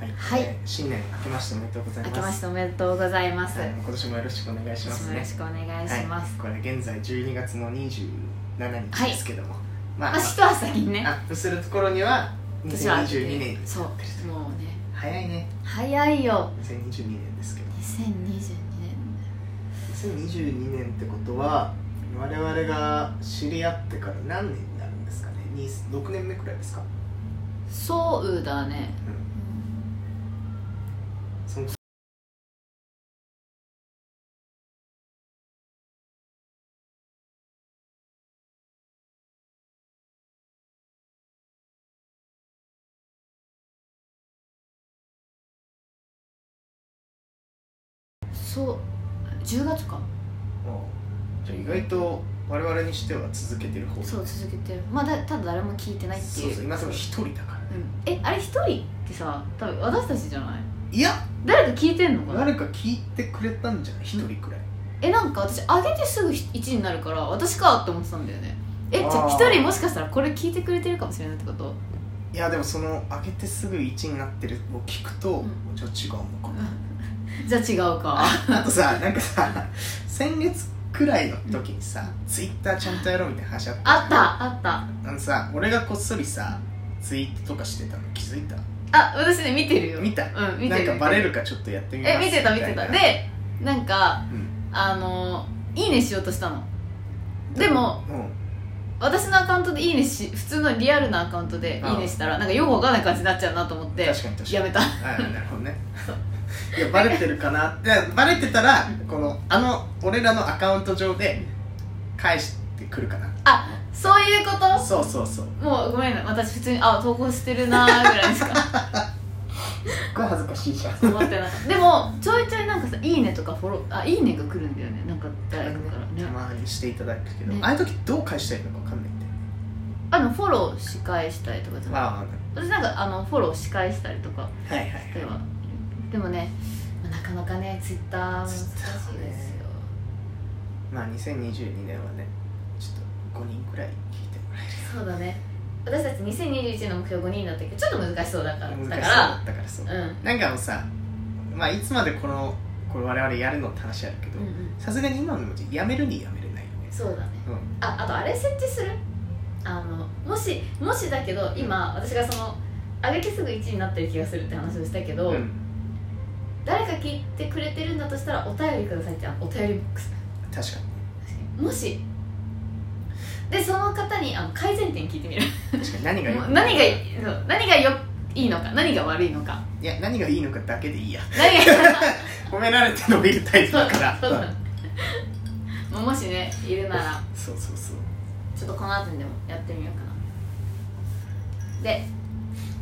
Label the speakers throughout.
Speaker 1: はい、
Speaker 2: はい
Speaker 1: えー新年明けましておめでとうござい
Speaker 2: 明
Speaker 1: ます
Speaker 2: けましておめでとうございます、
Speaker 1: はい今年もよろしくお願いします
Speaker 2: よ
Speaker 1: ね
Speaker 2: ろしくお願いします、
Speaker 1: はい、これ現在12月の27日ですけども、ま
Speaker 2: まあ一足先にね
Speaker 1: アップするところには
Speaker 2: 私は
Speaker 1: 2022年
Speaker 2: そうもうね
Speaker 1: 早いね
Speaker 2: 早いよ
Speaker 1: 2022年ですけど
Speaker 2: 2022年
Speaker 1: 2022年ってことは我々が知り合ってから何年になるんですかねに6年目くらいですか
Speaker 2: そうだね、
Speaker 1: その
Speaker 2: そう10月か
Speaker 1: じゃあ意外と我々にしては続けてる方
Speaker 2: そう続けてるまあだただ誰も聞いてないって
Speaker 1: そ
Speaker 2: いうう
Speaker 1: そう今その一人だから
Speaker 2: うん、えあれ一人ってさ多分私たちじゃない
Speaker 1: いや
Speaker 2: 誰か聞いてんのかな
Speaker 1: 誰か聞いてくれたんじゃない一人くらい
Speaker 2: えなんか私上げてすぐ1になるから私かって思ってたんだよねえじゃ
Speaker 1: あ
Speaker 2: あ
Speaker 1: ー
Speaker 2: 1人もしかしたらこれ聞いてくれてるかもしれないってこと
Speaker 1: いやでもその上げてすぐ1になってるを聞くと、
Speaker 2: うん
Speaker 1: じゃあ違うのかな
Speaker 2: じゃあ違うか
Speaker 1: あと さなんかさ先月くらいの時にさ、ツイッターちゃんとやろうみたいな話あった
Speaker 2: あったあった
Speaker 1: あのさ俺がこっそりさツイートとかしてたの気づいた
Speaker 2: あ私ね見てるよ
Speaker 1: 見た
Speaker 2: うん見て
Speaker 1: なん
Speaker 2: る
Speaker 1: かバレるかちょっとやってみます
Speaker 2: え見てた見てた
Speaker 1: みいな
Speaker 2: でなんか
Speaker 1: うん
Speaker 2: あのいいねしようとしたのでも
Speaker 1: うん
Speaker 2: 私のアカウントでいいねし普通のリアルなアカウントでいいねしたらなんかよくわかんない感じになっちゃうなと思って
Speaker 1: 確かに確かに
Speaker 2: やめた
Speaker 1: あなるほどね いやバレてるかなってバレてたらこのあの俺らのアカウント上で返してくるかな
Speaker 2: あそういうこと
Speaker 1: そうそうそう
Speaker 2: もうごめんな私普通にあ投稿してるなーぐらいし か
Speaker 1: すっごい恥ずかしいじゃん
Speaker 2: 思ってなかったでもちょいちょいなんかさ「いいね」とかフォローあいいねが来るんだよねなんか誰かから
Speaker 1: た
Speaker 2: ね
Speaker 1: まにしていただくけど、
Speaker 2: ね
Speaker 1: ああいう時どう返したらいいのか分かんないんだよね
Speaker 2: あのフォローし返したりとかじゃない
Speaker 1: まあま
Speaker 2: 私なんかあのフォローし返したりとか
Speaker 1: あはいはい
Speaker 2: ではでもねまあなかなかねツイッター難しいですよ
Speaker 1: まあ2022年はねちょっと5人くらい聞いてもらえる
Speaker 2: そうだね私たち2021年の目標5人だったけどちょっと難しそうだから
Speaker 1: 難しそう
Speaker 2: だ
Speaker 1: だ
Speaker 2: か
Speaker 1: ったからそう、
Speaker 2: らうん
Speaker 1: なんかもうさまあいつまでこのこれ我々やるのって話あるけど
Speaker 2: うんうん
Speaker 1: さすがに今の文字やめるにやめれないよね
Speaker 2: そうだね
Speaker 1: うん
Speaker 2: ああとあれ設置するあのもしもしだけど今私がその上げてすぐ1になってる気がするって話をしたけど、
Speaker 1: うん
Speaker 2: 誰か聞いてくれてるんだとしたらお便りくださいってあお便りボックス
Speaker 1: 確か
Speaker 2: もしでその方にあの改善点聞いてみる
Speaker 1: に確かに何がいい
Speaker 2: もう 何がいいそう何がよいいのか何が悪いのか
Speaker 1: いや何がいいのかだけでいいや
Speaker 2: 何が
Speaker 1: 褒められて伸びるタイプ だから
Speaker 2: そうそう もうもしねいるなら
Speaker 1: そうそうそう
Speaker 2: ちょっとこの後にでもやってみようかなで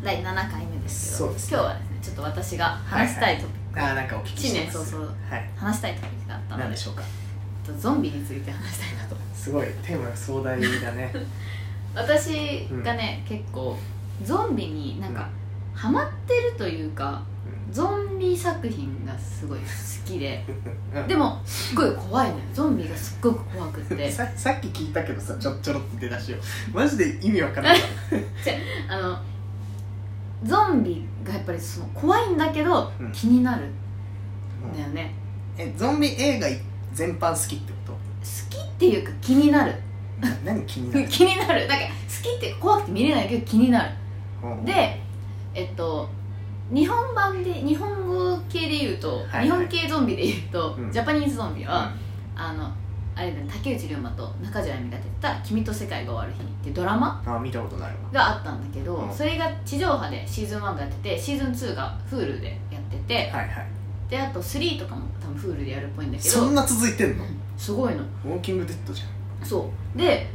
Speaker 2: 第7回目ですけど
Speaker 1: そうですね
Speaker 2: 今日はですねちょっと私が話したいトピッ
Speaker 1: あーなんかお聞き
Speaker 2: 新
Speaker 1: し
Speaker 2: 年
Speaker 1: ます
Speaker 2: 早々
Speaker 1: はい
Speaker 2: ク、話したいトピックがあったの
Speaker 1: 何
Speaker 2: で
Speaker 1: でしょうか
Speaker 2: ちょっとゾンビについて話したいなと
Speaker 1: すごいテーマが壮大だね
Speaker 2: 私がね、結構ゾンビになんかハマってるというかゾンビ作品がすごい好きで
Speaker 1: うん
Speaker 2: でもすっごい怖いのよゾンビがすっごく怖 くって
Speaker 1: ささっき聞いたけどさちょちょろっと出だしをマジで意味わからない
Speaker 2: あのゾンビがやっぱりその怖いんだけど
Speaker 1: うん
Speaker 2: 気になるんだよね、
Speaker 1: えゾンビ映画全般好きってこ
Speaker 2: 好きっていうか気になる
Speaker 1: とな何気に なる
Speaker 2: 気になるなんか好きって怖くて見れないけど気になる
Speaker 1: うん
Speaker 2: でえっと日本版で日本語系で言うと、
Speaker 1: はいはい
Speaker 2: 日本系ゾンビで言うと、
Speaker 1: うん
Speaker 2: ジャパニーズゾンビ
Speaker 1: うん
Speaker 2: は、あのあれだね竹内涼真と中条あやみが出てた「君と世界が終わる日に」っていうドラマ
Speaker 1: あ見たことないわ
Speaker 2: があったんだけど、
Speaker 1: うん
Speaker 2: それが地上波でシーズン1がやっててシーズン2が Hulu でやってて、
Speaker 1: はいはい
Speaker 2: であと3とかも多分フールでやるっぽいんだけど
Speaker 1: そんな続いてんの
Speaker 2: うんすごいの
Speaker 1: ウォーキングデッドじゃん
Speaker 2: そうで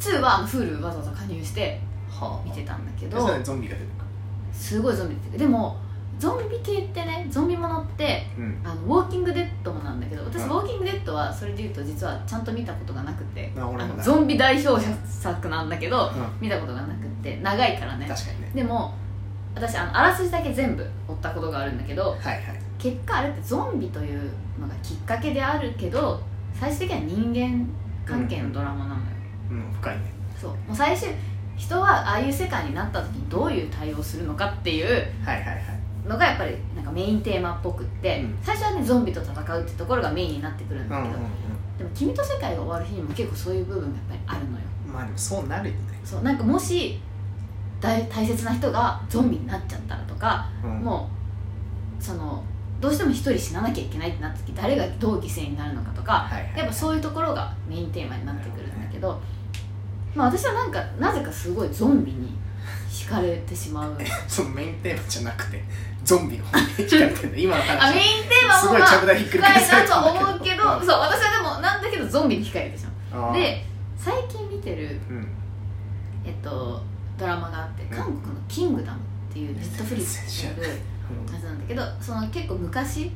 Speaker 2: 2はあのフールわざわざ加入して
Speaker 1: は
Speaker 2: 見てたんだけ
Speaker 1: け
Speaker 2: ど
Speaker 1: どゾンビが出てく
Speaker 2: すごいゾンビってでもゾンビ系ってねゾンビものって
Speaker 1: るうん
Speaker 2: あのウォーキングデッドもなんだけど私、
Speaker 1: うん
Speaker 2: ウォーキングデッドはそれで言うと実はちゃんと見たことがなくて
Speaker 1: あ俺も
Speaker 2: あ
Speaker 1: だ
Speaker 2: のゾンビ代表作なんだけど
Speaker 1: う
Speaker 2: 見たことがなくて長いから
Speaker 1: ん
Speaker 2: ね
Speaker 1: 確かにね
Speaker 2: でも私あのあらすじだけ全部追ったことがあるんだけど
Speaker 1: はいはい
Speaker 2: 結果あれってゾンビというのがきっかけであるけど最終的には人間関係のドラマなのよ、
Speaker 1: うん深いね
Speaker 2: そうもう最終人はああいう世界になった時にどういう対応をするのかっていう
Speaker 1: はいはいはい
Speaker 2: のがやっぱりなんかメインテーマっぽくって、
Speaker 1: うん
Speaker 2: 最初はねゾンビと戦うってところがメインになってくるんだ
Speaker 1: うん
Speaker 2: け
Speaker 1: うん
Speaker 2: ど、でも「君と世界が終わる日」にも結構そういう部分がやっぱりあるのよ
Speaker 1: うんまあでもそうなるよね、
Speaker 2: そうなんかもし大大切な人がゾンビになっちゃったらとか、
Speaker 1: うん
Speaker 2: もうそのどうしても一人死ななきゃいけないってなった時誰がどう犠牲になるのかとか
Speaker 1: はいはい
Speaker 2: やっぱそういうところがメインテーマになってくるんだけど、まあ、私はなんかなぜかすごいゾンビに惹かれて しまう
Speaker 1: そのメインテーマじゃなくてゾンビの方に行っちゃってんだ今の
Speaker 2: あメイ
Speaker 1: 話
Speaker 2: ンテーマ
Speaker 1: す
Speaker 2: も
Speaker 1: ごい
Speaker 2: まあ
Speaker 1: ちゃぶ台ひっくり返さ
Speaker 2: 深
Speaker 1: れ
Speaker 2: い
Speaker 1: た
Speaker 2: な
Speaker 1: だ
Speaker 2: ん
Speaker 1: け
Speaker 2: と
Speaker 1: ど
Speaker 2: 思うけどそう
Speaker 1: うん
Speaker 2: 私はでもなんだけどゾンビに惹かれてしま
Speaker 1: あ
Speaker 2: う
Speaker 1: ー
Speaker 2: で最近見てる
Speaker 1: うん
Speaker 2: えっと、ドラマがあって韓国の「キングダム」っていうネットフリックスでやるやつなんだけどその結構昔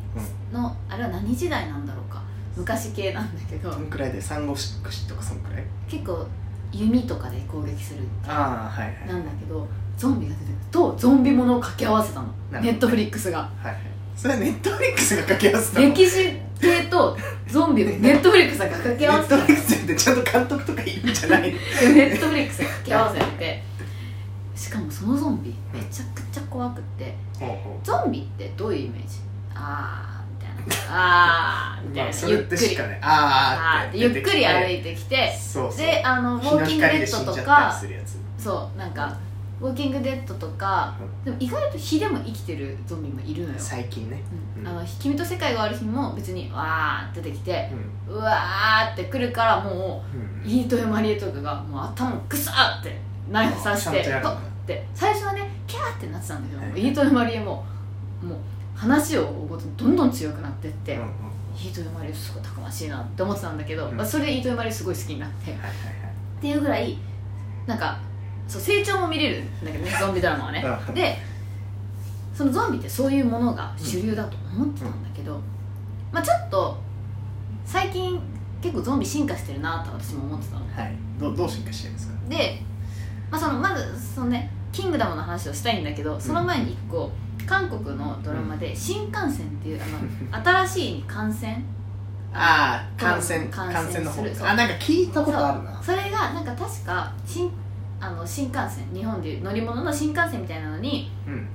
Speaker 2: のあれは何時代なんだろうか昔系なんだけど
Speaker 1: どんくらいで産後福祉とかそんくらい
Speaker 2: 結構弓とかで攻撃する
Speaker 1: ああはいはい
Speaker 2: なんだけどゾンビが出てくるとゾンビものを掛け合わせたの
Speaker 1: なるほど
Speaker 2: ネットフリックスが
Speaker 1: はいはいそれはネットフリックスが掛け合わせたの
Speaker 2: 歴史系とゾンビを ネットフリックスが掛け合わせた
Speaker 1: ネットフリックスってちゃんと監督とかいるんじゃないの
Speaker 2: ネットフリックスが掛け合わせてしかもそのゾンビめちゃくちゃ怖くて
Speaker 1: ほうほ
Speaker 2: ゾンビってどういうイメージあーみたいなあー
Speaker 1: う
Speaker 2: み
Speaker 1: ま
Speaker 2: た
Speaker 1: あ
Speaker 2: い
Speaker 1: そ
Speaker 2: な
Speaker 1: れ
Speaker 2: ゆ
Speaker 1: っ
Speaker 2: ってく
Speaker 1: し
Speaker 2: り
Speaker 1: かねあー
Speaker 2: あ
Speaker 1: っ
Speaker 2: ー
Speaker 1: て
Speaker 2: ゆっくり歩
Speaker 1: い
Speaker 2: いてきて
Speaker 1: そうそう
Speaker 2: であのウォ
Speaker 1: 日の
Speaker 2: ーキング
Speaker 1: 光
Speaker 2: デ
Speaker 1: で死
Speaker 2: ッ
Speaker 1: ん
Speaker 2: ド
Speaker 1: じ
Speaker 2: と
Speaker 1: ゃったり
Speaker 2: か
Speaker 1: するやつ
Speaker 2: そうなんかウォーキングデッドとかでも意外と火でも生きてるゾンビもいるのよ、
Speaker 1: 最近ね
Speaker 2: う
Speaker 1: うん
Speaker 2: ん、あの君と世界がある日も別にわーって出てきて
Speaker 1: うん
Speaker 2: うわーって来るからも
Speaker 1: うん
Speaker 2: う飯豊まりえとかがもう頭グサーってナイフ刺して
Speaker 1: ちゃんとやるん
Speaker 2: と
Speaker 1: だ
Speaker 2: って最初はねキャーってなってたんだけど、
Speaker 1: はいはい
Speaker 2: 飯豊まりえももう話を追うごとにどんどん強くなってって、
Speaker 1: うんうん
Speaker 2: 飯豊まりえすごいたくましいなって思ってたんだけど、
Speaker 1: うん
Speaker 2: まあ、それで飯豊まりえすごい好きになってっ
Speaker 1: はいは
Speaker 2: ていうぐらいなんかそう成長も見れるんだけどねゾンビドラマはね
Speaker 1: いはい
Speaker 2: でそのゾンビってそういうものが主流だと思ってたんだけど、まあ、ちょっと最近結構ゾンビ進化してるなと私も思ってたの
Speaker 1: はいどどう進化してるんですか
Speaker 2: で、まあ、そのまずそのね「キングダム」の話をしたいんだけどその前に1個韓国のドラマで「新幹線」っていうあの新しいに感染
Speaker 1: ああ感染
Speaker 2: 感
Speaker 1: 感
Speaker 2: 染
Speaker 1: 染の方
Speaker 2: するそう
Speaker 1: あなんか聞いたことあるな
Speaker 2: そうそれがなんか確か新あの新幹線日本でいう乗り物の新幹線みたいなのに
Speaker 1: うん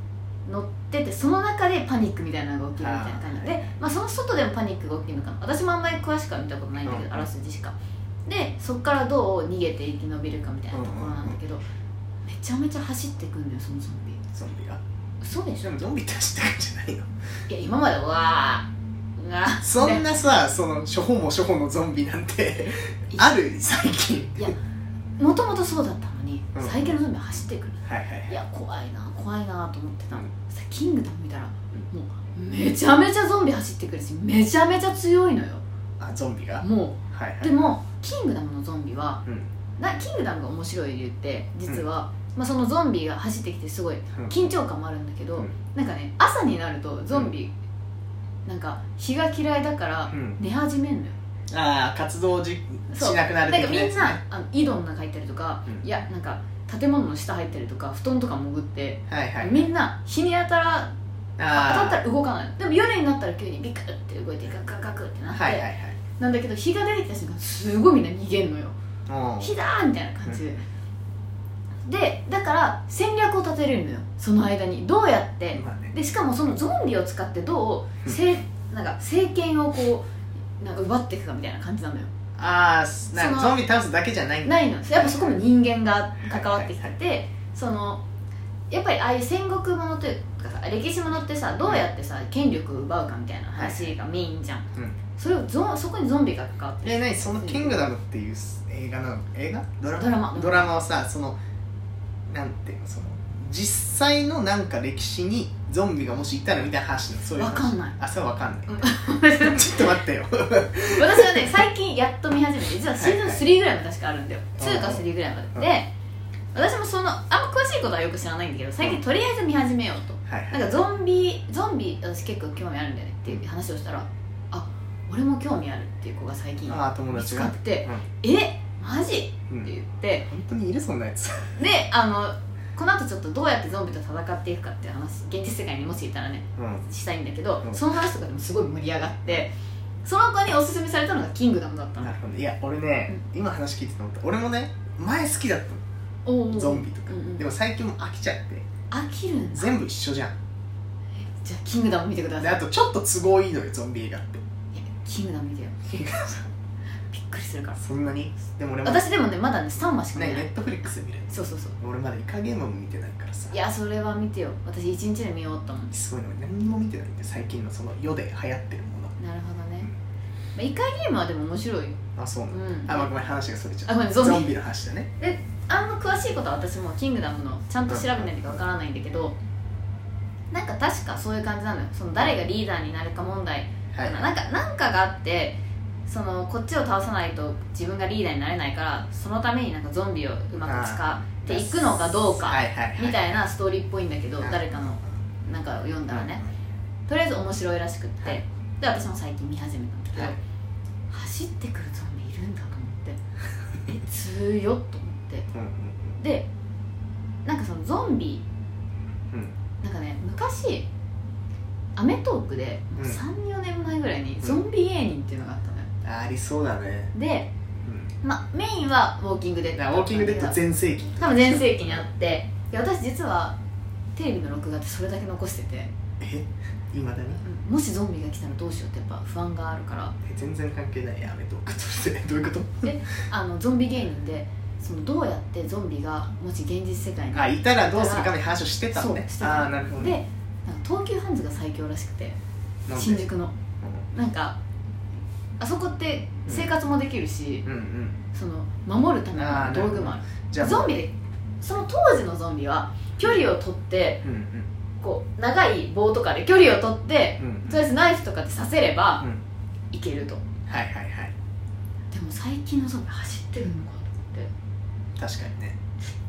Speaker 2: 乗っててその中でパニックみたいなのが起きるみたいな感じで、
Speaker 1: あーは
Speaker 2: まあ、その外でもパニックが起きるのかな私もあんまり詳しくは見たことないんだけど、
Speaker 1: うん
Speaker 2: あらすじしかでそこからどう逃げて生き延びるかみたいなところなんだけど、めちゃめちゃ走ってくんだよそのゾンビ
Speaker 1: ゾンビが
Speaker 2: 嘘でし
Speaker 1: でもゾンビって走ってるんじゃない の
Speaker 2: ょいや今までうわーうわー
Speaker 1: そんなさその初歩も初歩のゾンビなんてある最近
Speaker 2: もともとそうだったのに、
Speaker 1: うん
Speaker 2: 最近のゾンビは走ってくる
Speaker 1: はいはい
Speaker 2: い
Speaker 1: はい
Speaker 2: や怖いな怖いなと思ってた、
Speaker 1: うん
Speaker 2: そしたらキングダム見たらもうめちゃめちゃゾンビ走ってくるしめちゃめちゃ強いのよ
Speaker 1: あゾンビが
Speaker 2: もう
Speaker 1: はいはい
Speaker 2: でも「キングダム」のゾンビは、
Speaker 1: うん
Speaker 2: なキングダムが面白い理由って実は、まあ、そのゾンビが走ってきてすごい
Speaker 1: うん
Speaker 2: 緊張感もあるんだけど、
Speaker 1: うん
Speaker 2: なんかね朝になるとゾンビ、なんか日が嫌いだから
Speaker 1: うん
Speaker 2: 寝始めんのよ
Speaker 1: ああ活動じ
Speaker 2: そう
Speaker 1: しなくなる
Speaker 2: なん
Speaker 1: 的
Speaker 2: かみ
Speaker 1: やつ
Speaker 2: ん
Speaker 1: ね
Speaker 2: なあの井戸の中入ったりとか、
Speaker 1: うん
Speaker 2: いやなんか建物の下入ったりとか布団とか潜って、
Speaker 1: はいはい
Speaker 2: みんな日に当たら当たった
Speaker 1: あ
Speaker 2: ら動かないでも夜になったら急にビクって動いてガクガクガクって
Speaker 1: あ
Speaker 2: なって、
Speaker 1: はいはい
Speaker 2: なんだけど日が出てきた瞬間すごいみんな逃げんのよ
Speaker 1: はい
Speaker 2: 火だーみたいな感じで、でだから戦略を立てれるのよその間にどうやって
Speaker 1: うんまあね
Speaker 2: でしかもそのゾンビを使ってどうせなんか政権をこうなんか奪っていくかみたいな感じなのよ
Speaker 1: ああすなんか
Speaker 2: その
Speaker 1: ゾンビ倒すだけじゃないんだ
Speaker 2: ないのやっぱそこも人間が関わってきて
Speaker 1: はい
Speaker 2: てそのやっぱりああいう戦国ものというかさ歴史ものってさどうやってさ権力を奪うかみたいな話がメインじゃん、
Speaker 1: うん
Speaker 2: それをゾンそこにゾンビが関わって
Speaker 1: え何その「キングダム」っていう映画なの映画ドラ
Speaker 2: ドラマ
Speaker 1: ドラマはさそのなんていうのその実際のなんか歴史にゾンビがもしいたらみたいな話なのそういう
Speaker 2: わ
Speaker 1: 話
Speaker 2: かんない
Speaker 1: あそれはわかんない
Speaker 2: う ん
Speaker 1: ちょっと待 ってよ
Speaker 2: 私はね最近やっと見始めて実はシーズン
Speaker 1: はいはい
Speaker 2: 3ぐらいまで確かあるんだよ、
Speaker 1: うん
Speaker 2: 2か3ぐらいまで、
Speaker 1: うん
Speaker 2: で私もそのあんま詳しいことはよく知らないんだけど最
Speaker 1: う
Speaker 2: 近
Speaker 1: ん
Speaker 2: とりあえず見始めようと
Speaker 1: はい
Speaker 2: なんかゾンビゾンビ私結構興味あるんだよねっていう話をしたらあ俺も興味あるっていう子が最近
Speaker 1: ああ友
Speaker 2: 見
Speaker 1: 達
Speaker 2: つか
Speaker 1: が
Speaker 2: っ、てえマジって
Speaker 1: うん
Speaker 2: 言って
Speaker 1: 本当にいるそんなやつ
Speaker 2: であのこの後ちょっとどうやってゾンビと戦っていくかっていう話現実世界にもしいたらね
Speaker 1: うん
Speaker 2: したいんだけど、
Speaker 1: うん
Speaker 2: その話とかでもすごい盛り上がってその子におすすめされたのが「キングダム」だったの
Speaker 1: なるほどいや俺ね、今話聞いてて思った俺もね前好きだった
Speaker 2: おー
Speaker 1: のゾンビとか、
Speaker 2: うんうん
Speaker 1: でも最近もう飽きちゃって
Speaker 2: 飽きるんだ
Speaker 1: 全部一緒じゃん
Speaker 2: じゃあキングダム見てくだ
Speaker 1: で
Speaker 2: さい
Speaker 1: あとちょっと都合いいのよゾンビ映画って
Speaker 2: いやキングダム 見てよびっくりするから
Speaker 1: そんなにでも俺もね
Speaker 2: 私でもねまだね3話しか
Speaker 1: ネ
Speaker 2: 見てない
Speaker 1: ットフリックスで見れる
Speaker 2: そうそうそう
Speaker 1: 俺まだイカゲームも見てないからさ
Speaker 2: いやそれは見てよ私一日で見ようと思って
Speaker 1: すごいの俺何も見てないんで最近のその世で流行ってるも
Speaker 2: なるほどね、まあ、イカゲームはでも面白いよ
Speaker 1: のあそうな
Speaker 2: う
Speaker 1: の、
Speaker 2: ん
Speaker 1: あまあごめん話がそれちゃ
Speaker 2: あごめ
Speaker 1: うん
Speaker 2: ゾンビ
Speaker 1: の話だね
Speaker 2: あんま詳しいことは私も「キングダム」のちゃんと調べないとわからないんだけどなんか確かそういう感じなのよその誰がリーダーになるか問題
Speaker 1: はい
Speaker 2: なんかなんかがあってそのこっちを倒さないと自分がリーダーになれないからそのためになんかゾンビをうまく使っていくのかどうか
Speaker 1: はいはいはい、
Speaker 2: みたいなストーリーっぽいんだけど
Speaker 1: はい
Speaker 2: 誰かのなんかを読んだらねとりあえず面白いらしくって、
Speaker 1: はい
Speaker 2: で私も最近見始めたんだけど、
Speaker 1: はい
Speaker 2: 走ってくるゾンビいるんだと思ってえ強っと思って
Speaker 1: うんうん
Speaker 2: でなんかそのゾンビ、
Speaker 1: うん
Speaker 2: なんかね昔『アメトーク』で
Speaker 1: うん
Speaker 2: 34年前ぐらいにゾンビ芸人っていうのがあったのよ
Speaker 1: うんありそうだね、
Speaker 2: で、
Speaker 1: うん、
Speaker 2: まあメインはウォーキングデッド
Speaker 1: だ
Speaker 2: だ
Speaker 1: か
Speaker 2: っ
Speaker 1: ら
Speaker 2: た
Speaker 1: ウ
Speaker 2: ん
Speaker 1: ォーキングデッ
Speaker 2: だけど
Speaker 1: ド全盛期
Speaker 2: 多分全盛期にあっていや私実はテレビの録画ってそれだけ残してて
Speaker 1: えいまだに
Speaker 2: もしゾンビが来たらどうしようってやっぱ不安があ るから
Speaker 1: え全然関係ないやめとくとってどういうこと
Speaker 2: あのゾンビ芸人でそのどうやってゾンビがもし現実世界に
Speaker 1: あいたらどうするかみたいな話をしてたの
Speaker 2: そ
Speaker 1: ね
Speaker 2: うしてた
Speaker 1: ああーなるほど
Speaker 2: で
Speaker 1: ね
Speaker 2: なんか東急ハンズが最強らしくて
Speaker 1: なんで
Speaker 2: 新宿の
Speaker 1: う
Speaker 2: なんかあそこって生活もできるし、
Speaker 1: んうん
Speaker 2: その守るため
Speaker 1: あー
Speaker 2: の道具もある
Speaker 1: じゃあ
Speaker 2: ゾンビでその当時のゾンビは距離を取って
Speaker 1: うん
Speaker 2: こう長い棒とかで距離を取って
Speaker 1: うんうん
Speaker 2: とりあえずナイフとかで刺せれば
Speaker 1: うん
Speaker 2: いけると、
Speaker 1: はいはいはい
Speaker 2: でも最近のゾンビ走ってるのか
Speaker 1: 確かにね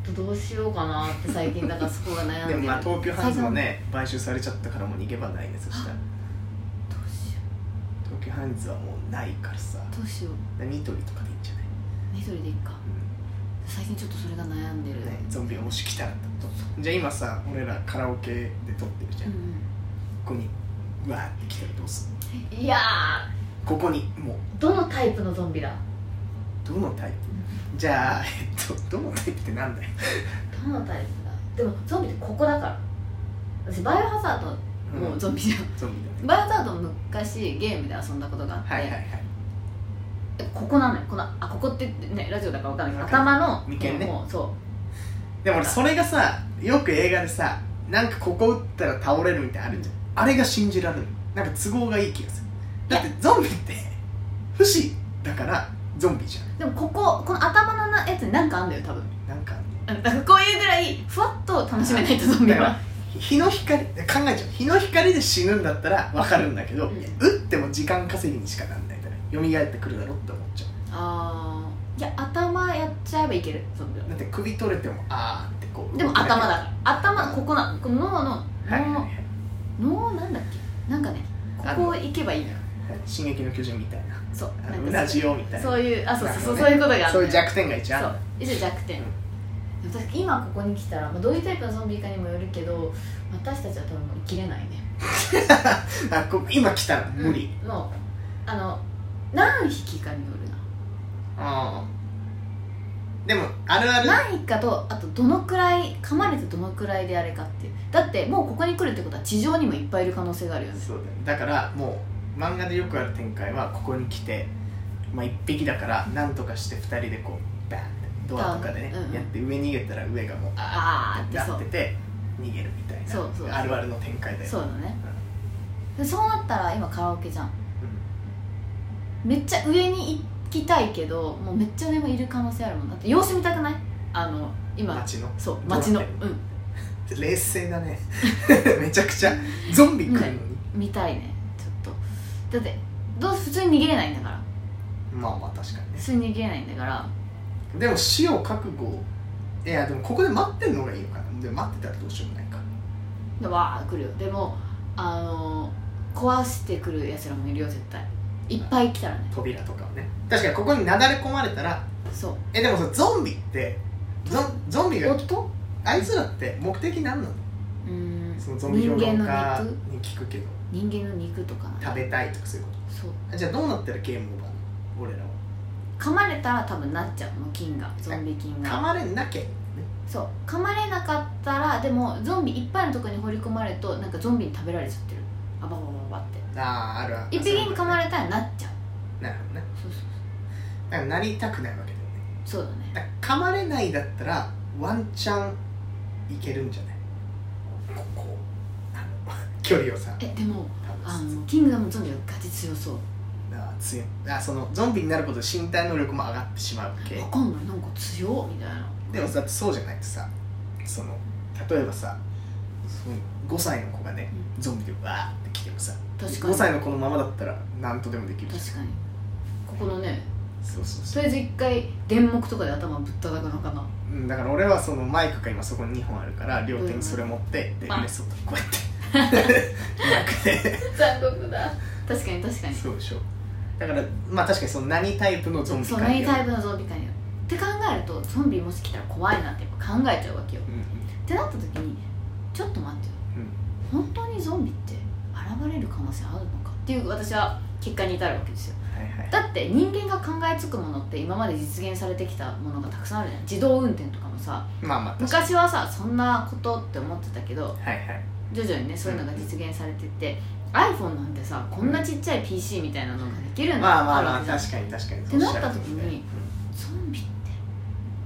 Speaker 2: とどうしようかなって最近だからそこが悩ん
Speaker 1: で
Speaker 2: でる
Speaker 1: もまあ東急ハンズもね買収されちゃったからもう逃げ場ないねそしたら
Speaker 2: どうしよ
Speaker 1: 東急ハンズはもうないからさ
Speaker 2: うどうしよう
Speaker 1: ニトリとかでいいんじゃない、
Speaker 2: 緑でいいか最近ちょっとそれが悩んでる、
Speaker 1: ね、ゾンビがもし来たらだとじゃあ今さ俺らカラオケで撮ってるじゃ、
Speaker 2: うんん
Speaker 1: ここにうわーって来たらどうする
Speaker 2: うんいや
Speaker 1: ここにもう
Speaker 2: ーどのタイプのゾンビだ
Speaker 1: どのタイプじゃあえっとどのタイプってなんだよ、
Speaker 2: どのタイプだでもゾンビってここだから私バイオハザードもうゾンビじゃん、
Speaker 1: ゾンビだね
Speaker 2: バイオハザードも昔ゲームで遊んだことがあって、
Speaker 1: はいはいはい
Speaker 2: ここなのよこのあここってねラジオだからわかんないけど
Speaker 1: わかる
Speaker 2: 頭の
Speaker 1: 眉間ね
Speaker 2: もうそう
Speaker 1: でも俺それがさよく映画でさなんかここ打ったら倒れるみたいなのあるじゃんあれが信じられるなんか都合がいい気がするだってゾンビって不死だからゾンビじゃ
Speaker 2: でもこここの頭のなやつになんかあんだよ多分
Speaker 1: んなんか
Speaker 2: うんだからこういうぐらいふわっと楽しめないとゾンビ
Speaker 1: だから
Speaker 2: は
Speaker 1: 日の光考えちゃう日の光で死ぬんだったら分かるんだけど、
Speaker 2: うん
Speaker 1: 打っても時間稼ぎにしかなんないから蘇ってくるだろって思っちゃ
Speaker 2: あーいや頭やっちゃえばいけるゾンビは
Speaker 1: うだって首取れてもあーってこう
Speaker 2: でも頭だから頭ここなこの脳の
Speaker 1: はいはい
Speaker 2: 脳、
Speaker 1: はい
Speaker 2: 脳なんだっけなんかねここ行けばいいのよ
Speaker 1: 進撃の巨人みたいな
Speaker 2: そう
Speaker 1: あ
Speaker 2: な
Speaker 1: の
Speaker 2: ん
Speaker 1: う
Speaker 2: か
Speaker 1: な
Speaker 2: そう
Speaker 1: じよみたいな
Speaker 2: そういうあそうそうそう、
Speaker 1: な
Speaker 2: そうい
Speaker 1: る
Speaker 2: うことがある
Speaker 1: そういう弱点が一応ある
Speaker 2: そう一応弱点、でも私今ここに来たら、まあ、どういうタイプのゾンビかにもよるけど私たちは多分もう生きれないね
Speaker 1: あこ今来たら無理、
Speaker 2: うんもうあの何匹かによるな
Speaker 1: ああでもあるある
Speaker 2: 何匹かとあとどのくらい噛まれてどのくらいであれかっていうだってもうここに来るってことは地上にもいっぱいいる可能性があるよね
Speaker 1: そうだ,、だからもう漫画でよくある展開はここに来て、まあ、1匹だから何とかして2人でこうバーンってドアとかでね、
Speaker 2: バーンうんうん
Speaker 1: やって上逃げたら上がもうああ
Speaker 2: あー
Speaker 1: っ
Speaker 2: ってて
Speaker 1: な
Speaker 2: そ
Speaker 1: って
Speaker 2: う
Speaker 1: て逃げるみたいな
Speaker 2: そうそう
Speaker 1: あるあるの展開だよ
Speaker 2: そうだね、でそうなったら今カラオケじゃんめっちゃ上に行きたいけどもうめっちゃ上もいる可能性あるもんだって様子見たくないあの今
Speaker 1: 街の
Speaker 2: そう街の
Speaker 1: ど
Speaker 2: うん
Speaker 1: 冷静だね めちゃくちゃゾンビ来るのに、
Speaker 2: 見たいねちょっとだってどう普通に逃げれないんだから
Speaker 1: まあまあ確かにね
Speaker 2: 普通に逃げれないんだから
Speaker 1: でも死を覚悟いやでもここで待ってんのがいいのかなでも待ってたらどうしようもないか
Speaker 2: でわー来るよでもあの壊してくるやつらもいるよ絶対いっぱい来たらね
Speaker 1: 扉とかをね確かにここになだれ込まれたら
Speaker 2: そう
Speaker 1: えでもさゾンビってゾンゾンビが
Speaker 2: 夫
Speaker 1: あいつらって目的何なの
Speaker 2: うーん
Speaker 1: そのゾンビ評論
Speaker 2: 人
Speaker 1: 家
Speaker 2: 間の肉
Speaker 1: に聞くけど
Speaker 2: 人間の肉とかな
Speaker 1: 食べたいとかそういうこ
Speaker 2: そう
Speaker 1: とじゃあどうなったらゲームオーバーなの俺らは
Speaker 2: 噛まれたら多分なっちゃうもう菌がゾンビ菌が
Speaker 1: 噛まれなきゃいいね
Speaker 2: そう噛まれなかったらでもゾンビいっぱいのとこに放り込まれるとなんかゾンビに食べられちゃってるあばばばばばって
Speaker 1: あああるある
Speaker 2: 一匹に噛ま
Speaker 1: れ
Speaker 2: れたらなっちゃう
Speaker 1: なるほどね
Speaker 2: そうそう
Speaker 1: だからなりたくないわけだよね
Speaker 2: そうそうだね
Speaker 1: だから噛まれないだったらワンチャンいけるんじゃないここあの 距離をさ
Speaker 2: えでも
Speaker 1: 多
Speaker 2: あ
Speaker 1: 分
Speaker 2: のキングダムのゾンビはガチ強そう
Speaker 1: あ強いあそのゾンビになることで身体能力も上がってしまうわけ
Speaker 2: わかんないなんか強っみたいな
Speaker 1: でもだってそうじゃないとさその例えばさ5歳の子がねゾンビでわーって来てもさ
Speaker 2: 確か
Speaker 1: 5
Speaker 2: に
Speaker 1: 歳の子のままだったら何とでもできる
Speaker 2: 確かにここのね
Speaker 1: そうそう
Speaker 2: と
Speaker 1: そう
Speaker 2: りあえず一回電目とかで頭ぶったたくのかな
Speaker 1: うんだから俺はそのマイクが今そこに2本あるから両手にそれ持って、で
Speaker 2: まあ
Speaker 1: メソッドこう やってマイクで
Speaker 2: 残酷だ確かに確かに
Speaker 1: そうでしょだからまあ確かにその何タイプのゾンビ
Speaker 2: そう
Speaker 1: かってい
Speaker 2: 何
Speaker 1: う
Speaker 2: タイプのゾンビかによって考えるとゾンビもし来たら怖いなってやっぱ考えちゃうわけよ
Speaker 1: うんうん
Speaker 2: ってなった時にちょっと待ってよ本当にゾンビって現れる可能性あるのかっていう私は結果に至るわけですよ
Speaker 1: はいはい
Speaker 2: だって人間が考えつくものって今まで実現されてきたものがたくさんあるじゃん自動運転とかもさ
Speaker 1: まあまあ確か
Speaker 2: 昔はさそんなことって思ってたけど
Speaker 1: にはいはい
Speaker 2: 徐々にねそういうのが実現されてって iPhone なんてさこんなちっちゃい PC みたいなのができるんだ
Speaker 1: まあまあまあ
Speaker 2: るわけじ
Speaker 1: 確かに確かに
Speaker 2: ってなった
Speaker 1: そ
Speaker 2: 時
Speaker 1: うおっしゃる通り
Speaker 2: に
Speaker 1: ね
Speaker 2: ゃんゾンビって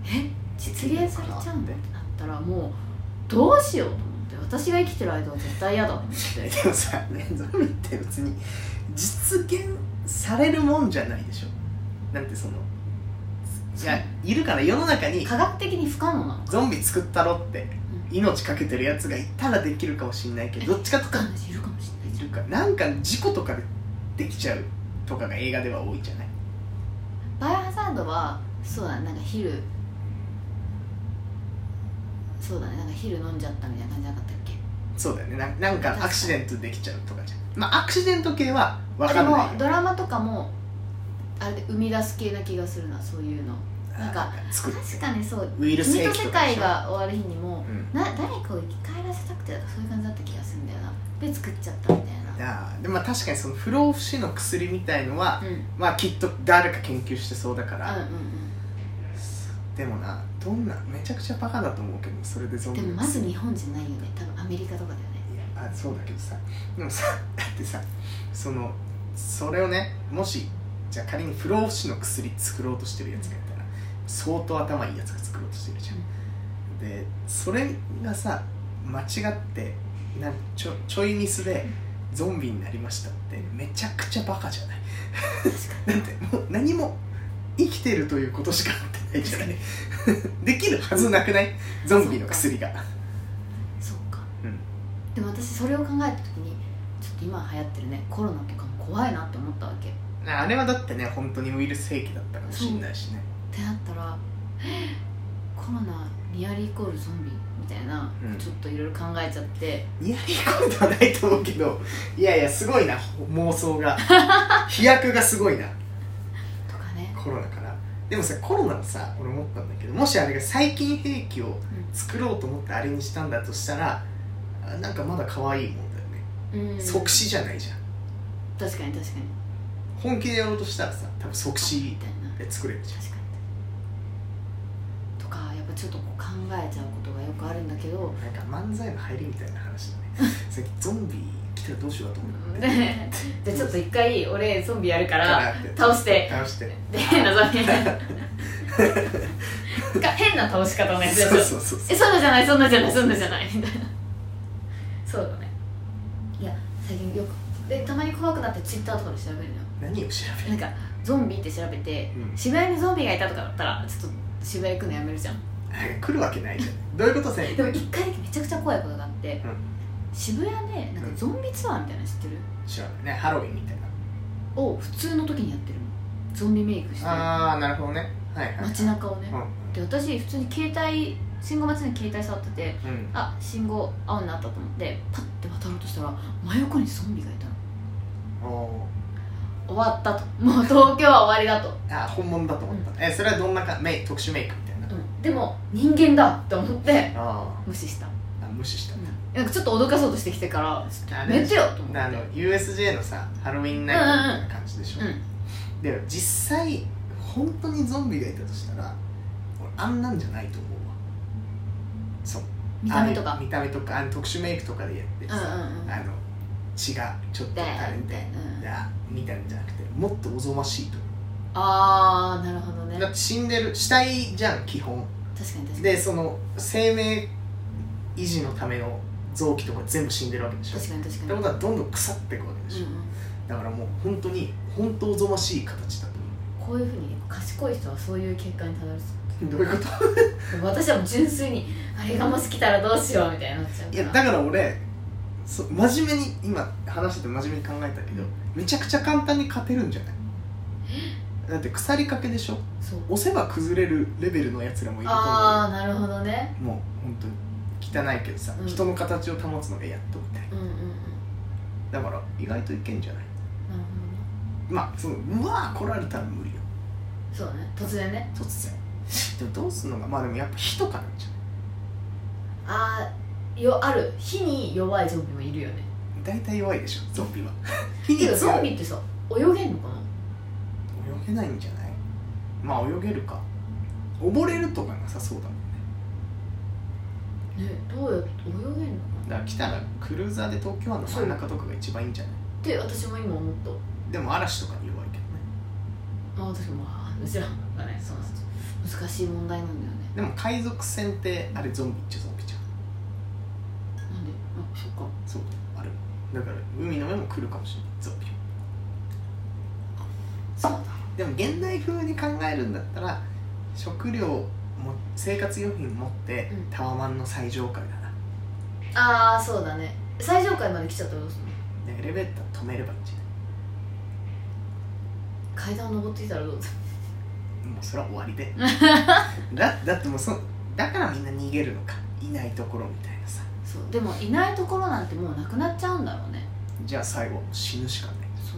Speaker 2: え実現されちゃうんだってなったらもうどうしようと思って私が生きてる間は絶対嫌だと思っ
Speaker 1: うん
Speaker 2: て
Speaker 1: でもさねゾンビって別に実現されるもんじゃないでしょなんてそのいやいるから世の中に
Speaker 2: 科学的に不可能なの
Speaker 1: ゾンビ作ったろって
Speaker 2: う
Speaker 1: 命かけてるやつがいたらできるかもしんないけどどっちかとか
Speaker 2: 彼女いるかもしれない
Speaker 1: い
Speaker 2: じゃ
Speaker 1: るかなんか事故とかでできちゃうとかが映画では多いじゃない
Speaker 2: んバイオハザードはそうだねなんか昼そうだねなんか昼飲んじゃったみたいな感じじゃなかったっけ
Speaker 1: そうだよねななんかアクシデントできちゃうとかじゃんまあアクシデント系は分
Speaker 2: で
Speaker 1: かん
Speaker 2: も
Speaker 1: ないよ
Speaker 2: ドラマとかもあれで生み出す系な気がするなそういうのなんか
Speaker 1: 作る
Speaker 2: 確かにそう
Speaker 1: ウイルス
Speaker 2: 君
Speaker 1: 兵
Speaker 2: と
Speaker 1: 器
Speaker 2: 世
Speaker 1: とかで
Speaker 2: 界
Speaker 1: しょ
Speaker 2: が終わる日にも
Speaker 1: うん
Speaker 2: な誰かを生き返らせたくてとかそういう感じだった気がするんだよなで作っちゃったみたい
Speaker 1: いやーでもまあ確かにその不老不死の薬みたいのは
Speaker 2: なうんうん
Speaker 1: まあきっと誰か研究してそうだか
Speaker 2: う
Speaker 1: ら、でもなどんなめちゃくちゃバカだと思うけどそれでゾ
Speaker 2: んう
Speaker 1: ンビ
Speaker 2: んで
Speaker 1: の
Speaker 2: もまず日本じゃないよね多分アメリカとかだよね
Speaker 1: いやあそうだけどさでもさ だってさそのそれをねもしじゃあ仮に不老不死の薬作ろうとしてるやつがいたら相当頭いいやつが作ろうとしてるじゃん、でそれがさ間違ってなんちょちょいミスでゾンビになりましたってめちゃくちゃバカじゃない
Speaker 2: 確かに
Speaker 1: だってもう何も生きてるということしかなってないじゃないできるはずなくないゾンビの薬が
Speaker 2: そうか、
Speaker 1: うん
Speaker 2: でも私それを考えた時にちょっと今流行ってるねコロナとかも怖いなって思ったわけっ
Speaker 1: あれはだってね本当にウイルス兵器だったかもしれないしね
Speaker 2: てなったらえーコロナリアルイコールゾンビみたいな、
Speaker 1: うん
Speaker 2: ちょっといろいろ考えちゃって
Speaker 1: ニヤリコールではないと思うけどいやいやすごいな妄想 が飛躍がすごいな
Speaker 2: とかね
Speaker 1: コロナからでもさコロナはさ俺思ったんだけどもしあれが細菌兵器を作ろうと思ってあれにしたんだとしたらあなんかまだ可愛いもんだよね、
Speaker 2: うん
Speaker 1: 即死じゃないじゃん
Speaker 2: 確かに確かに
Speaker 1: 本気でやろうとしたらさ多分即
Speaker 2: み
Speaker 1: 死
Speaker 2: たいな
Speaker 1: で作れるじ
Speaker 2: 確かにとかやっぱちょっとこう考えちゃうことがよくあるんだけど
Speaker 1: ゃんなんか漫才の入りみたいな話だね さっきゾンビ来たらどうしようかと思って
Speaker 2: でじゃあちょっと一回俺ゾンビやるか
Speaker 1: だ
Speaker 2: ら
Speaker 1: って
Speaker 2: 倒して
Speaker 1: 倒して
Speaker 2: で変 なゾンビか変な倒し方のやつや
Speaker 1: そうそうそう
Speaker 2: えそんなじゃないそんなじゃないそんなじゃないみたいなそうだねいや最近よくでたまに怖くなってツイッターとかで調べるのよ
Speaker 1: 何を調べ
Speaker 2: な
Speaker 1: る
Speaker 2: んかゾンビって調べて
Speaker 1: うん
Speaker 2: 渋谷にゾンビがいたとかだったらちょっと渋谷行くのやめるじゃん
Speaker 1: 来るわけないじゃんどういうことせん
Speaker 2: でも一回だけめちゃくちゃ怖いことがあって、
Speaker 1: ん
Speaker 2: 渋谷でなんかゾンビツアーみたいなの知ってる、
Speaker 1: 知らないねハロウィンみたいな
Speaker 2: を普通の時にやってるのゾンビメイクして
Speaker 1: ああなるほどねはいはい
Speaker 2: 街中をね、
Speaker 1: う
Speaker 2: で私普通に携帯信号待ちの携帯触って
Speaker 1: ん、
Speaker 2: て
Speaker 1: うん、
Speaker 2: あ信号青になったと思ってパッて渡ろうとしたら真横にゾンビがいたの
Speaker 1: お
Speaker 2: 終わったともう東京は終わりだと、
Speaker 1: ーあー本物だと思った、えそれはどんなかメイ特殊メイクみたいな、
Speaker 2: うんでも人間だって思って
Speaker 1: あ
Speaker 2: 無視した、
Speaker 1: ーあ無視した
Speaker 2: なんかちょっと脅かそうとしてきてから
Speaker 1: あ
Speaker 2: 寝てよと思って
Speaker 1: あの USJ のさハロウィンナイトみたいな感じでしょ、
Speaker 2: うん
Speaker 1: で実際本当にゾンビがいたとしたら俺あんなんじゃないと思うわそう
Speaker 2: 見た目と
Speaker 1: あ
Speaker 2: か
Speaker 1: れ見た目とかあの特殊メイクとかでやって
Speaker 2: うんうん
Speaker 1: さ、
Speaker 2: うん
Speaker 1: あの血がちょっと
Speaker 2: で
Speaker 1: 垂れ
Speaker 2: み
Speaker 1: て
Speaker 2: たいなうん
Speaker 1: いやみたいなんじゃなくてもっとおぞましいと
Speaker 2: ああなるほどね
Speaker 1: だって死んでる死体じゃん基本
Speaker 2: 確かに確かに
Speaker 1: でその生命維持のための臓器とか全部死んでるわけでしょっ
Speaker 2: 確かに確か
Speaker 1: てこ
Speaker 2: に
Speaker 1: とはどんどん腐っていくわけでしょ、
Speaker 2: うんうん
Speaker 1: だからもう本当に本当おぞましい形だと
Speaker 2: こういうふうに賢い人はそういう結果にたどり着
Speaker 1: 思うどういうこと
Speaker 2: く私はもう純粋にあれがもし来たらどうしようみたいになっちゃう
Speaker 1: い
Speaker 2: か
Speaker 1: や
Speaker 2: ら
Speaker 1: だから俺そ真面目に今話してて真面目に考えたけどめちゃくちゃ簡単に勝てるんじゃないだって腐りかけでしょ
Speaker 2: そう
Speaker 1: 押せば崩れるレベルのやつらもいると思うよ
Speaker 2: ああなるほどね
Speaker 1: もう本当に汚いけどさ、
Speaker 2: うん
Speaker 1: 人の形を保つのがやっとみたい
Speaker 2: うんうんうん
Speaker 1: だ
Speaker 2: な
Speaker 1: から意外といけんじゃない
Speaker 2: るほどね
Speaker 1: まあそのうわー来られたら無理よ
Speaker 2: そうね突然ね
Speaker 1: 突然でもどうすんのがまあでもやっぱ火とかなんじゃない
Speaker 2: ああよある火に弱いゾンビもいるよね
Speaker 1: 大体弱いでしょゾンビは火
Speaker 2: て
Speaker 1: に
Speaker 2: か
Speaker 1: ゾ
Speaker 2: ゾン
Speaker 1: ンビ
Speaker 2: ビってさ泳げんのかな
Speaker 1: 泳げないんじゃないまあ泳げるか溺れるとかなさそうだもんね
Speaker 2: ねどうやって泳げんの
Speaker 1: だ
Speaker 2: かな
Speaker 1: から来たらクルーザーで東京湾の真ん中とかが一番いいんじゃない
Speaker 2: って私も今思った
Speaker 1: でも嵐とかに弱いけどね
Speaker 2: ああ確かにまあ知らんかったねそうなんですよ難しい問題なんだよね
Speaker 1: でも海賊船ってあれゾンビっちゃゾンビじゃん
Speaker 2: なんであそっか
Speaker 1: そうあるだから海の上も来るかもしれないゾンビは
Speaker 2: そうだ
Speaker 1: でも現代風に考えるんだったら食料も生活用品持って
Speaker 2: うん
Speaker 1: タワマンの最上階だな
Speaker 2: ああそうだね最上階まで来ちゃったらどうすんの
Speaker 1: でエレベーター止めればいいんじゃ
Speaker 2: 階段登ってきたらどうす
Speaker 1: ないもうそれは終わり でだだってもうそだからみんな逃げるのかいないところみたいなさ
Speaker 2: るそうでもいないところなんてもうなくなっちゃうんだろうね
Speaker 1: じゃあ最後死ぬしかない
Speaker 2: そ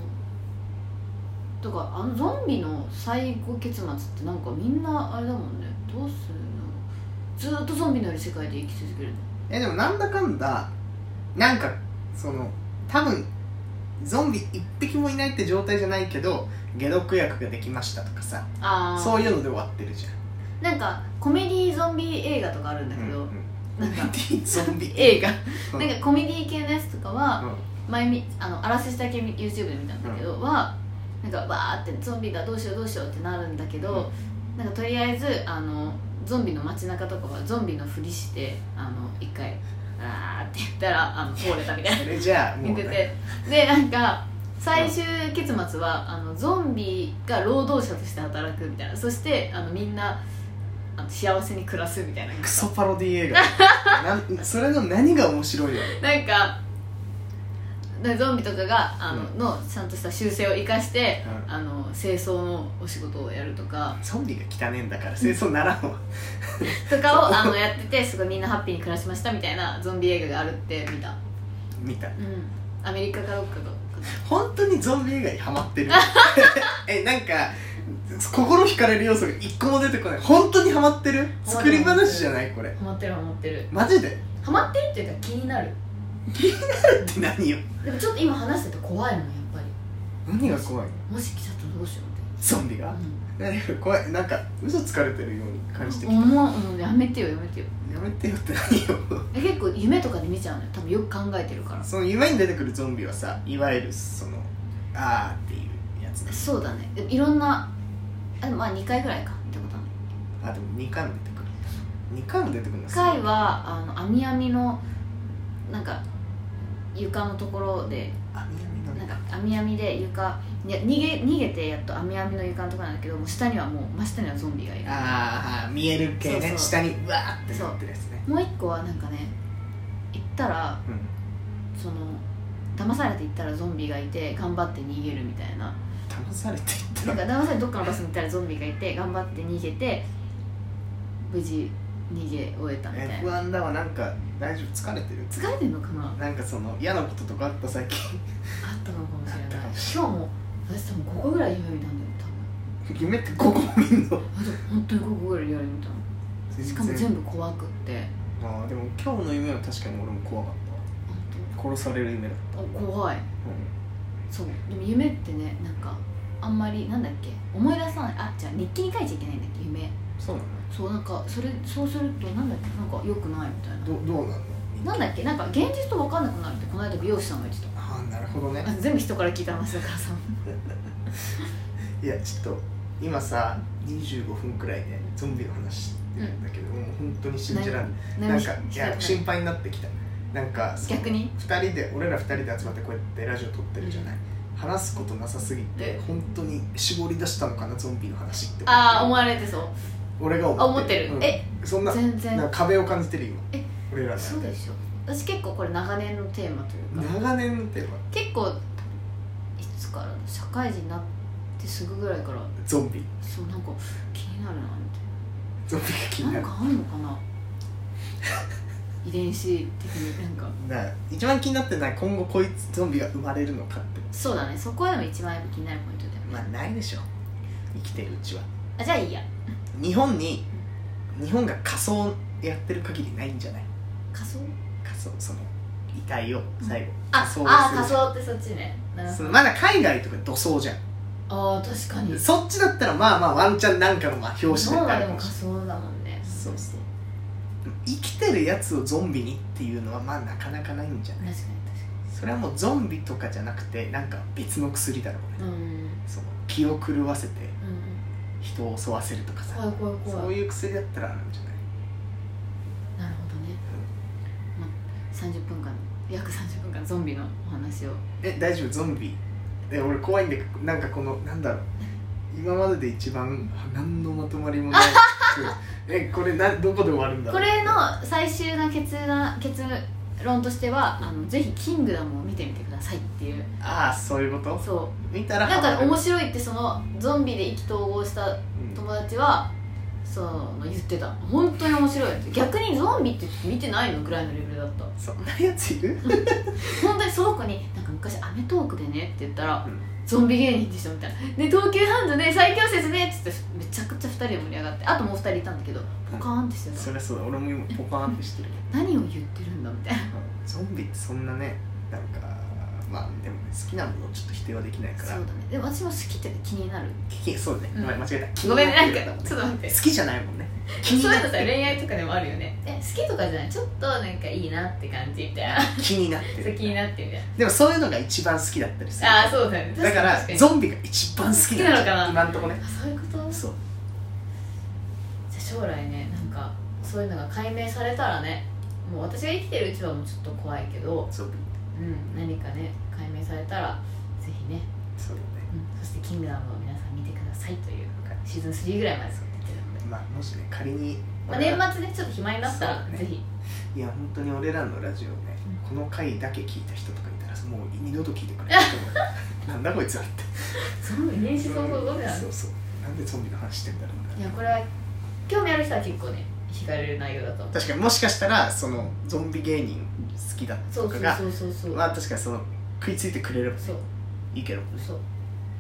Speaker 2: うだからあのゾンビの最後結末ってなんかみんなあれだもんねどうするのずーっとゾンビのいる世界で生き続けるの
Speaker 1: えでもなんだかんだなんかその多分ゾンビ一匹もいないって状態じゃないけど解毒薬ができましたとかさ
Speaker 2: ああ
Speaker 1: そういうので終わってるじゃん
Speaker 2: なんかコメディゾンビ映画とかあるんだけど、
Speaker 1: な
Speaker 2: なんん
Speaker 1: か
Speaker 2: か
Speaker 1: ゾンビ
Speaker 2: 映画
Speaker 1: うん
Speaker 2: なんかコメディ系のやつとかは、
Speaker 1: うん
Speaker 2: 前みあのあらすじだけ YouTube で見たんだけど、はなんかわーってゾンビがどうしようどうしようってなるんだけど、なんかとりあえずあのゾンビの街中とかはゾンビのふりしてあの一回あーって言ったらあの通れたみたいな
Speaker 1: それじゃあも
Speaker 2: 見
Speaker 1: う、
Speaker 2: て
Speaker 1: ね、
Speaker 2: てでなんか最終結末はあのゾンビが労働者として働くみたいなそしてあのみんなあの幸せに暮らすみたいな
Speaker 1: クソパロディ映画なんそれの何が面白いの
Speaker 2: なんかなんかゾンビとかがあの,、
Speaker 1: う
Speaker 2: のちゃんとした習性を生かして、
Speaker 1: うん
Speaker 2: あの清掃のお仕事をやるとか
Speaker 1: ゾンビが汚ねえんだから清掃ならんわ
Speaker 2: とかをあのやっててすごいみんなハッピーに暮らしましたみたいなゾンビ映画があるって見た、
Speaker 1: 見た
Speaker 2: うん、アメリカかどっかが
Speaker 1: 本当にゾンビ映画にハマ ってるえなんか心惹かれる要素が一個も出てこない本当にハマってる作り話じゃないこれ
Speaker 2: ハマってるハマってる
Speaker 1: マジで
Speaker 2: ハマってるっていうか気になる
Speaker 1: って何よ
Speaker 2: でもちょっと今話してて怖いもんやっぱり
Speaker 1: 何が怖いの
Speaker 2: もし来ちゃったらどうしようみたい
Speaker 1: ゾ
Speaker 2: な
Speaker 1: ンビが何か怖いなんか嘘つかれてるように感じてきた
Speaker 2: うん、思う、うん、やめてよやめてよ
Speaker 1: やめてよって何よ
Speaker 2: え結構夢とかで見ちゃうのよ多分よく考えてるから
Speaker 1: その夢に出てくるゾンビはさいわゆるそのあーっていうやつだ
Speaker 2: そうだねでもいろんなあでもまあ2回ぐらいか見たことある
Speaker 1: あでも2回も出てくる2回も出てくるんで
Speaker 2: 1
Speaker 1: すよ
Speaker 2: 回はあの網網のなんか床のところで
Speaker 1: あみやみの
Speaker 2: なん
Speaker 1: ね
Speaker 2: か網網で床いや逃げ逃げてやっと網網の床のところなんだけどもう下にはもう真下にはゾンビがいる
Speaker 1: あーあー見える系ね
Speaker 2: そうそう
Speaker 1: 下にうわーってなってるやつね
Speaker 2: もう一個はなんかね行ったら
Speaker 1: うん
Speaker 2: その騙されて行ったらゾンビがいて頑張って逃げるみたいな
Speaker 1: 騙されていった
Speaker 2: な
Speaker 1: ら
Speaker 2: んか騙されてどっかの場所に行ったらゾンビがいて頑張って逃げて無事逃げ終えたみたい
Speaker 1: え
Speaker 2: な
Speaker 1: 不安だわなんか大丈夫疲れてる
Speaker 2: 疲れてんのかな
Speaker 1: なんかその嫌なこととかあった 最近
Speaker 2: あったのかもしれない
Speaker 1: あったかもし
Speaker 2: 今日も私多分ここぐらい夢見たんだよ
Speaker 1: 夢ってここ見んの
Speaker 2: 多分あ本当にここぐらい夢見たのしかも全部怖くって
Speaker 1: あーでも今日の夢は確かに俺も怖かっ
Speaker 2: 本
Speaker 1: たわ殺される夢だった、
Speaker 2: 当あ怖い
Speaker 1: うん
Speaker 2: そうでも夢ってねなんかあんまりなんだっけ思い出さないあじゃあ日記に書いちゃいけないんだっけ夢
Speaker 1: そうなの
Speaker 2: そうなんかそれそうするとなんだっけなんか良くないみたいな
Speaker 1: どどうなの
Speaker 2: なんだっけなんか現実と分かんなくなるってこの間美容師さんが言って
Speaker 1: ああなるほどね
Speaker 2: たあ全部人から聞いた話だからさ
Speaker 1: いやちょっと今さ25分くらいでゾンビの話してるんだけど、もう本当に信じらんないなんかいや心配になってきたなんかその
Speaker 2: 逆に
Speaker 1: 二人で俺ら二人で集まってこうやってラジオ撮ってるじゃない、話すことなさすぎて、
Speaker 2: うん
Speaker 1: 本当に絞り出したのかなゾンビの話って
Speaker 2: ああ
Speaker 1: 思
Speaker 2: 思
Speaker 1: って
Speaker 2: われてそう
Speaker 1: 俺が
Speaker 2: あ
Speaker 1: 思
Speaker 2: 思
Speaker 1: っ
Speaker 2: ってて
Speaker 1: る
Speaker 2: る、
Speaker 1: うん
Speaker 2: え
Speaker 1: そんな
Speaker 2: 全
Speaker 1: なん
Speaker 2: 然
Speaker 1: か壁を感じてる今
Speaker 2: え
Speaker 1: 俺ら
Speaker 2: そうでしょ私結構これ長年のテーマというか
Speaker 1: 長年ってば
Speaker 2: 結構いつからだ社会人になってすぐぐらいから
Speaker 1: ゾンビ
Speaker 2: そうなんか気になるなみたいな
Speaker 1: ゾンビが気にな
Speaker 2: なん
Speaker 1: る
Speaker 2: かあんのかな遺伝子的になんか
Speaker 1: だから一番気になってるのは今後こいつゾンビが生まれるのかって
Speaker 2: そうだねそこはでも一番やっぱ気になるポイントだよね、
Speaker 1: まあないでしょ生きてるうちは
Speaker 2: あじゃあいいや
Speaker 1: 日本に日本が仮想やってる限りないんじゃない
Speaker 2: 仮想
Speaker 1: 仮想その遺体を最後、
Speaker 2: あ
Speaker 1: 仮想
Speaker 2: あー
Speaker 1: です
Speaker 2: 仮想ってそっちねなるほ
Speaker 1: そ
Speaker 2: ど
Speaker 1: のまだ海外とか土葬じゃん
Speaker 2: あー確かに
Speaker 1: そっちだったらまあまあワンチャンなんかのまあ表紙
Speaker 2: 脳
Speaker 1: である
Speaker 2: がで
Speaker 1: か
Speaker 2: も
Speaker 1: も
Speaker 2: 仮
Speaker 1: しれない
Speaker 2: 想だもんね
Speaker 1: そうそうでも生きてるやつをゾンビにっていうのはまあなかなかないんじゃない
Speaker 2: 確かに
Speaker 1: それはもうゾンビとかじゃなくてなんか別の薬だろう
Speaker 2: 確か
Speaker 1: ね、
Speaker 2: にうん
Speaker 1: その気を狂わせて
Speaker 2: うん
Speaker 1: 人を襲わせるとかさ、
Speaker 2: 怖い怖い怖い
Speaker 1: そういう薬だったらあるんじゃない
Speaker 2: なるほどね、まあ、30分間約30分間ゾンビのお話を
Speaker 1: え大丈夫ゾンビえ俺怖いんでなんかこのなんだろう今までで一番あ何のまとまり もないえこれなどこで終わるんだろ
Speaker 2: こ
Speaker 1: う
Speaker 2: れの最終な結な結論としてはあのぜひ「キングダム」を見てみてくださいっていう
Speaker 1: ああそういうこと
Speaker 2: そ
Speaker 1: 見た
Speaker 2: う
Speaker 1: ら
Speaker 2: なんか面
Speaker 1: 白
Speaker 2: 白いってそのゾンビで意気投合した友達はその言ってた本当に面白いって逆にゾンビって見てないのぐらいのレベルだった
Speaker 1: そんなやついる
Speaker 2: 本当にその子に「なんか昔『アメトーーク』でね」って言ったら「
Speaker 1: うん
Speaker 2: ゾンビ芸人でしょ」みたいな「で東急ハンドで最強説ね」っつってめちゃくちゃ2人で盛り上がってあともう2人いたんだけどポカーンってしてた、
Speaker 1: そりゃそうだ俺も今ポカーンってしてる
Speaker 2: 何を言ってるんだみたいな
Speaker 1: ゾンビってそんなねなんかまあでもね好きなものをちょっと否定はできない
Speaker 2: そ
Speaker 1: か
Speaker 2: う
Speaker 1: ら
Speaker 2: だねでも私も好きって気になる
Speaker 1: きそうだね、
Speaker 2: うん
Speaker 1: ごめん間違えた
Speaker 2: ごめんねなん
Speaker 1: 気にってる
Speaker 2: かちょっと待って
Speaker 1: 好きじゃないもんね気に
Speaker 2: そう
Speaker 1: な
Speaker 2: いう
Speaker 1: っ
Speaker 2: のさ
Speaker 1: てる
Speaker 2: 恋愛とかでもあるよねえ好きとかじゃないちょっとなんかいいなって感じみたいな
Speaker 1: 気になって
Speaker 2: そう
Speaker 1: る
Speaker 2: 気になってみたい
Speaker 1: でもそういうのが一番好きだったりする
Speaker 2: なああそうだね
Speaker 1: だから
Speaker 2: 確に確
Speaker 1: ゾンビが一番好きなんじゃん
Speaker 2: 好き
Speaker 1: 今んとこね
Speaker 2: にあそういうこと
Speaker 1: そう
Speaker 2: じゃあ将来ねなんかそういうのが解明されたらねもう私が生きてるうちはもうちょっと怖いけど、
Speaker 1: ゾンビ
Speaker 2: うん、何かね解明されたらぜひね、
Speaker 1: そうだね
Speaker 2: うん、そして「キングダム」を皆さん見てくださいというシーズン3ぐらいまでそう出てるので、
Speaker 1: まあもしね仮に
Speaker 2: まあ、
Speaker 1: 俺ら
Speaker 2: 年末ねちょっと暇になった
Speaker 1: そう
Speaker 2: ら、
Speaker 1: だね
Speaker 2: ぜひ
Speaker 1: いや本当に俺らのラジオね、この回だけ聞いた人とかいたらもう二度と聞いてくれないと思 うなんだこいつはって
Speaker 2: その年始早々どうや
Speaker 1: そうそうなんでゾンビの話してんだろうみたい
Speaker 2: い
Speaker 1: な
Speaker 2: やこれは興味ある人は結構ね惹かれる内容だと思う
Speaker 1: 確かにもしかしたらそのゾンビ芸人好きだと
Speaker 2: そう
Speaker 1: か
Speaker 2: そう
Speaker 1: が
Speaker 2: そうそうそう、
Speaker 1: まあ確かにその食いついてくれれば
Speaker 2: そう
Speaker 1: いいけど
Speaker 2: そう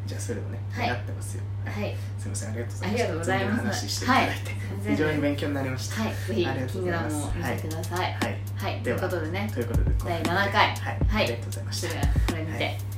Speaker 1: じゃあそれをね
Speaker 2: はい
Speaker 1: やってますよ、
Speaker 2: はい
Speaker 1: すいませんありがとうございました
Speaker 2: ありがとうございます
Speaker 1: ゾンビの話していただいて、
Speaker 2: 全
Speaker 1: 非常に
Speaker 2: 然
Speaker 1: 勉強になりました
Speaker 2: はいぜひ
Speaker 1: ありがと
Speaker 2: キ
Speaker 1: う
Speaker 2: ン
Speaker 1: ご
Speaker 2: グ
Speaker 1: ざい
Speaker 2: ダ
Speaker 1: ます
Speaker 2: ムを見てください
Speaker 1: はい
Speaker 2: はい、
Speaker 1: で
Speaker 2: とい
Speaker 1: は
Speaker 2: うことでね
Speaker 1: ということで
Speaker 2: 第7回
Speaker 1: はい、
Speaker 2: はい
Speaker 1: ありがとうございまし
Speaker 2: そ
Speaker 1: た
Speaker 2: れではこれにて、
Speaker 1: はい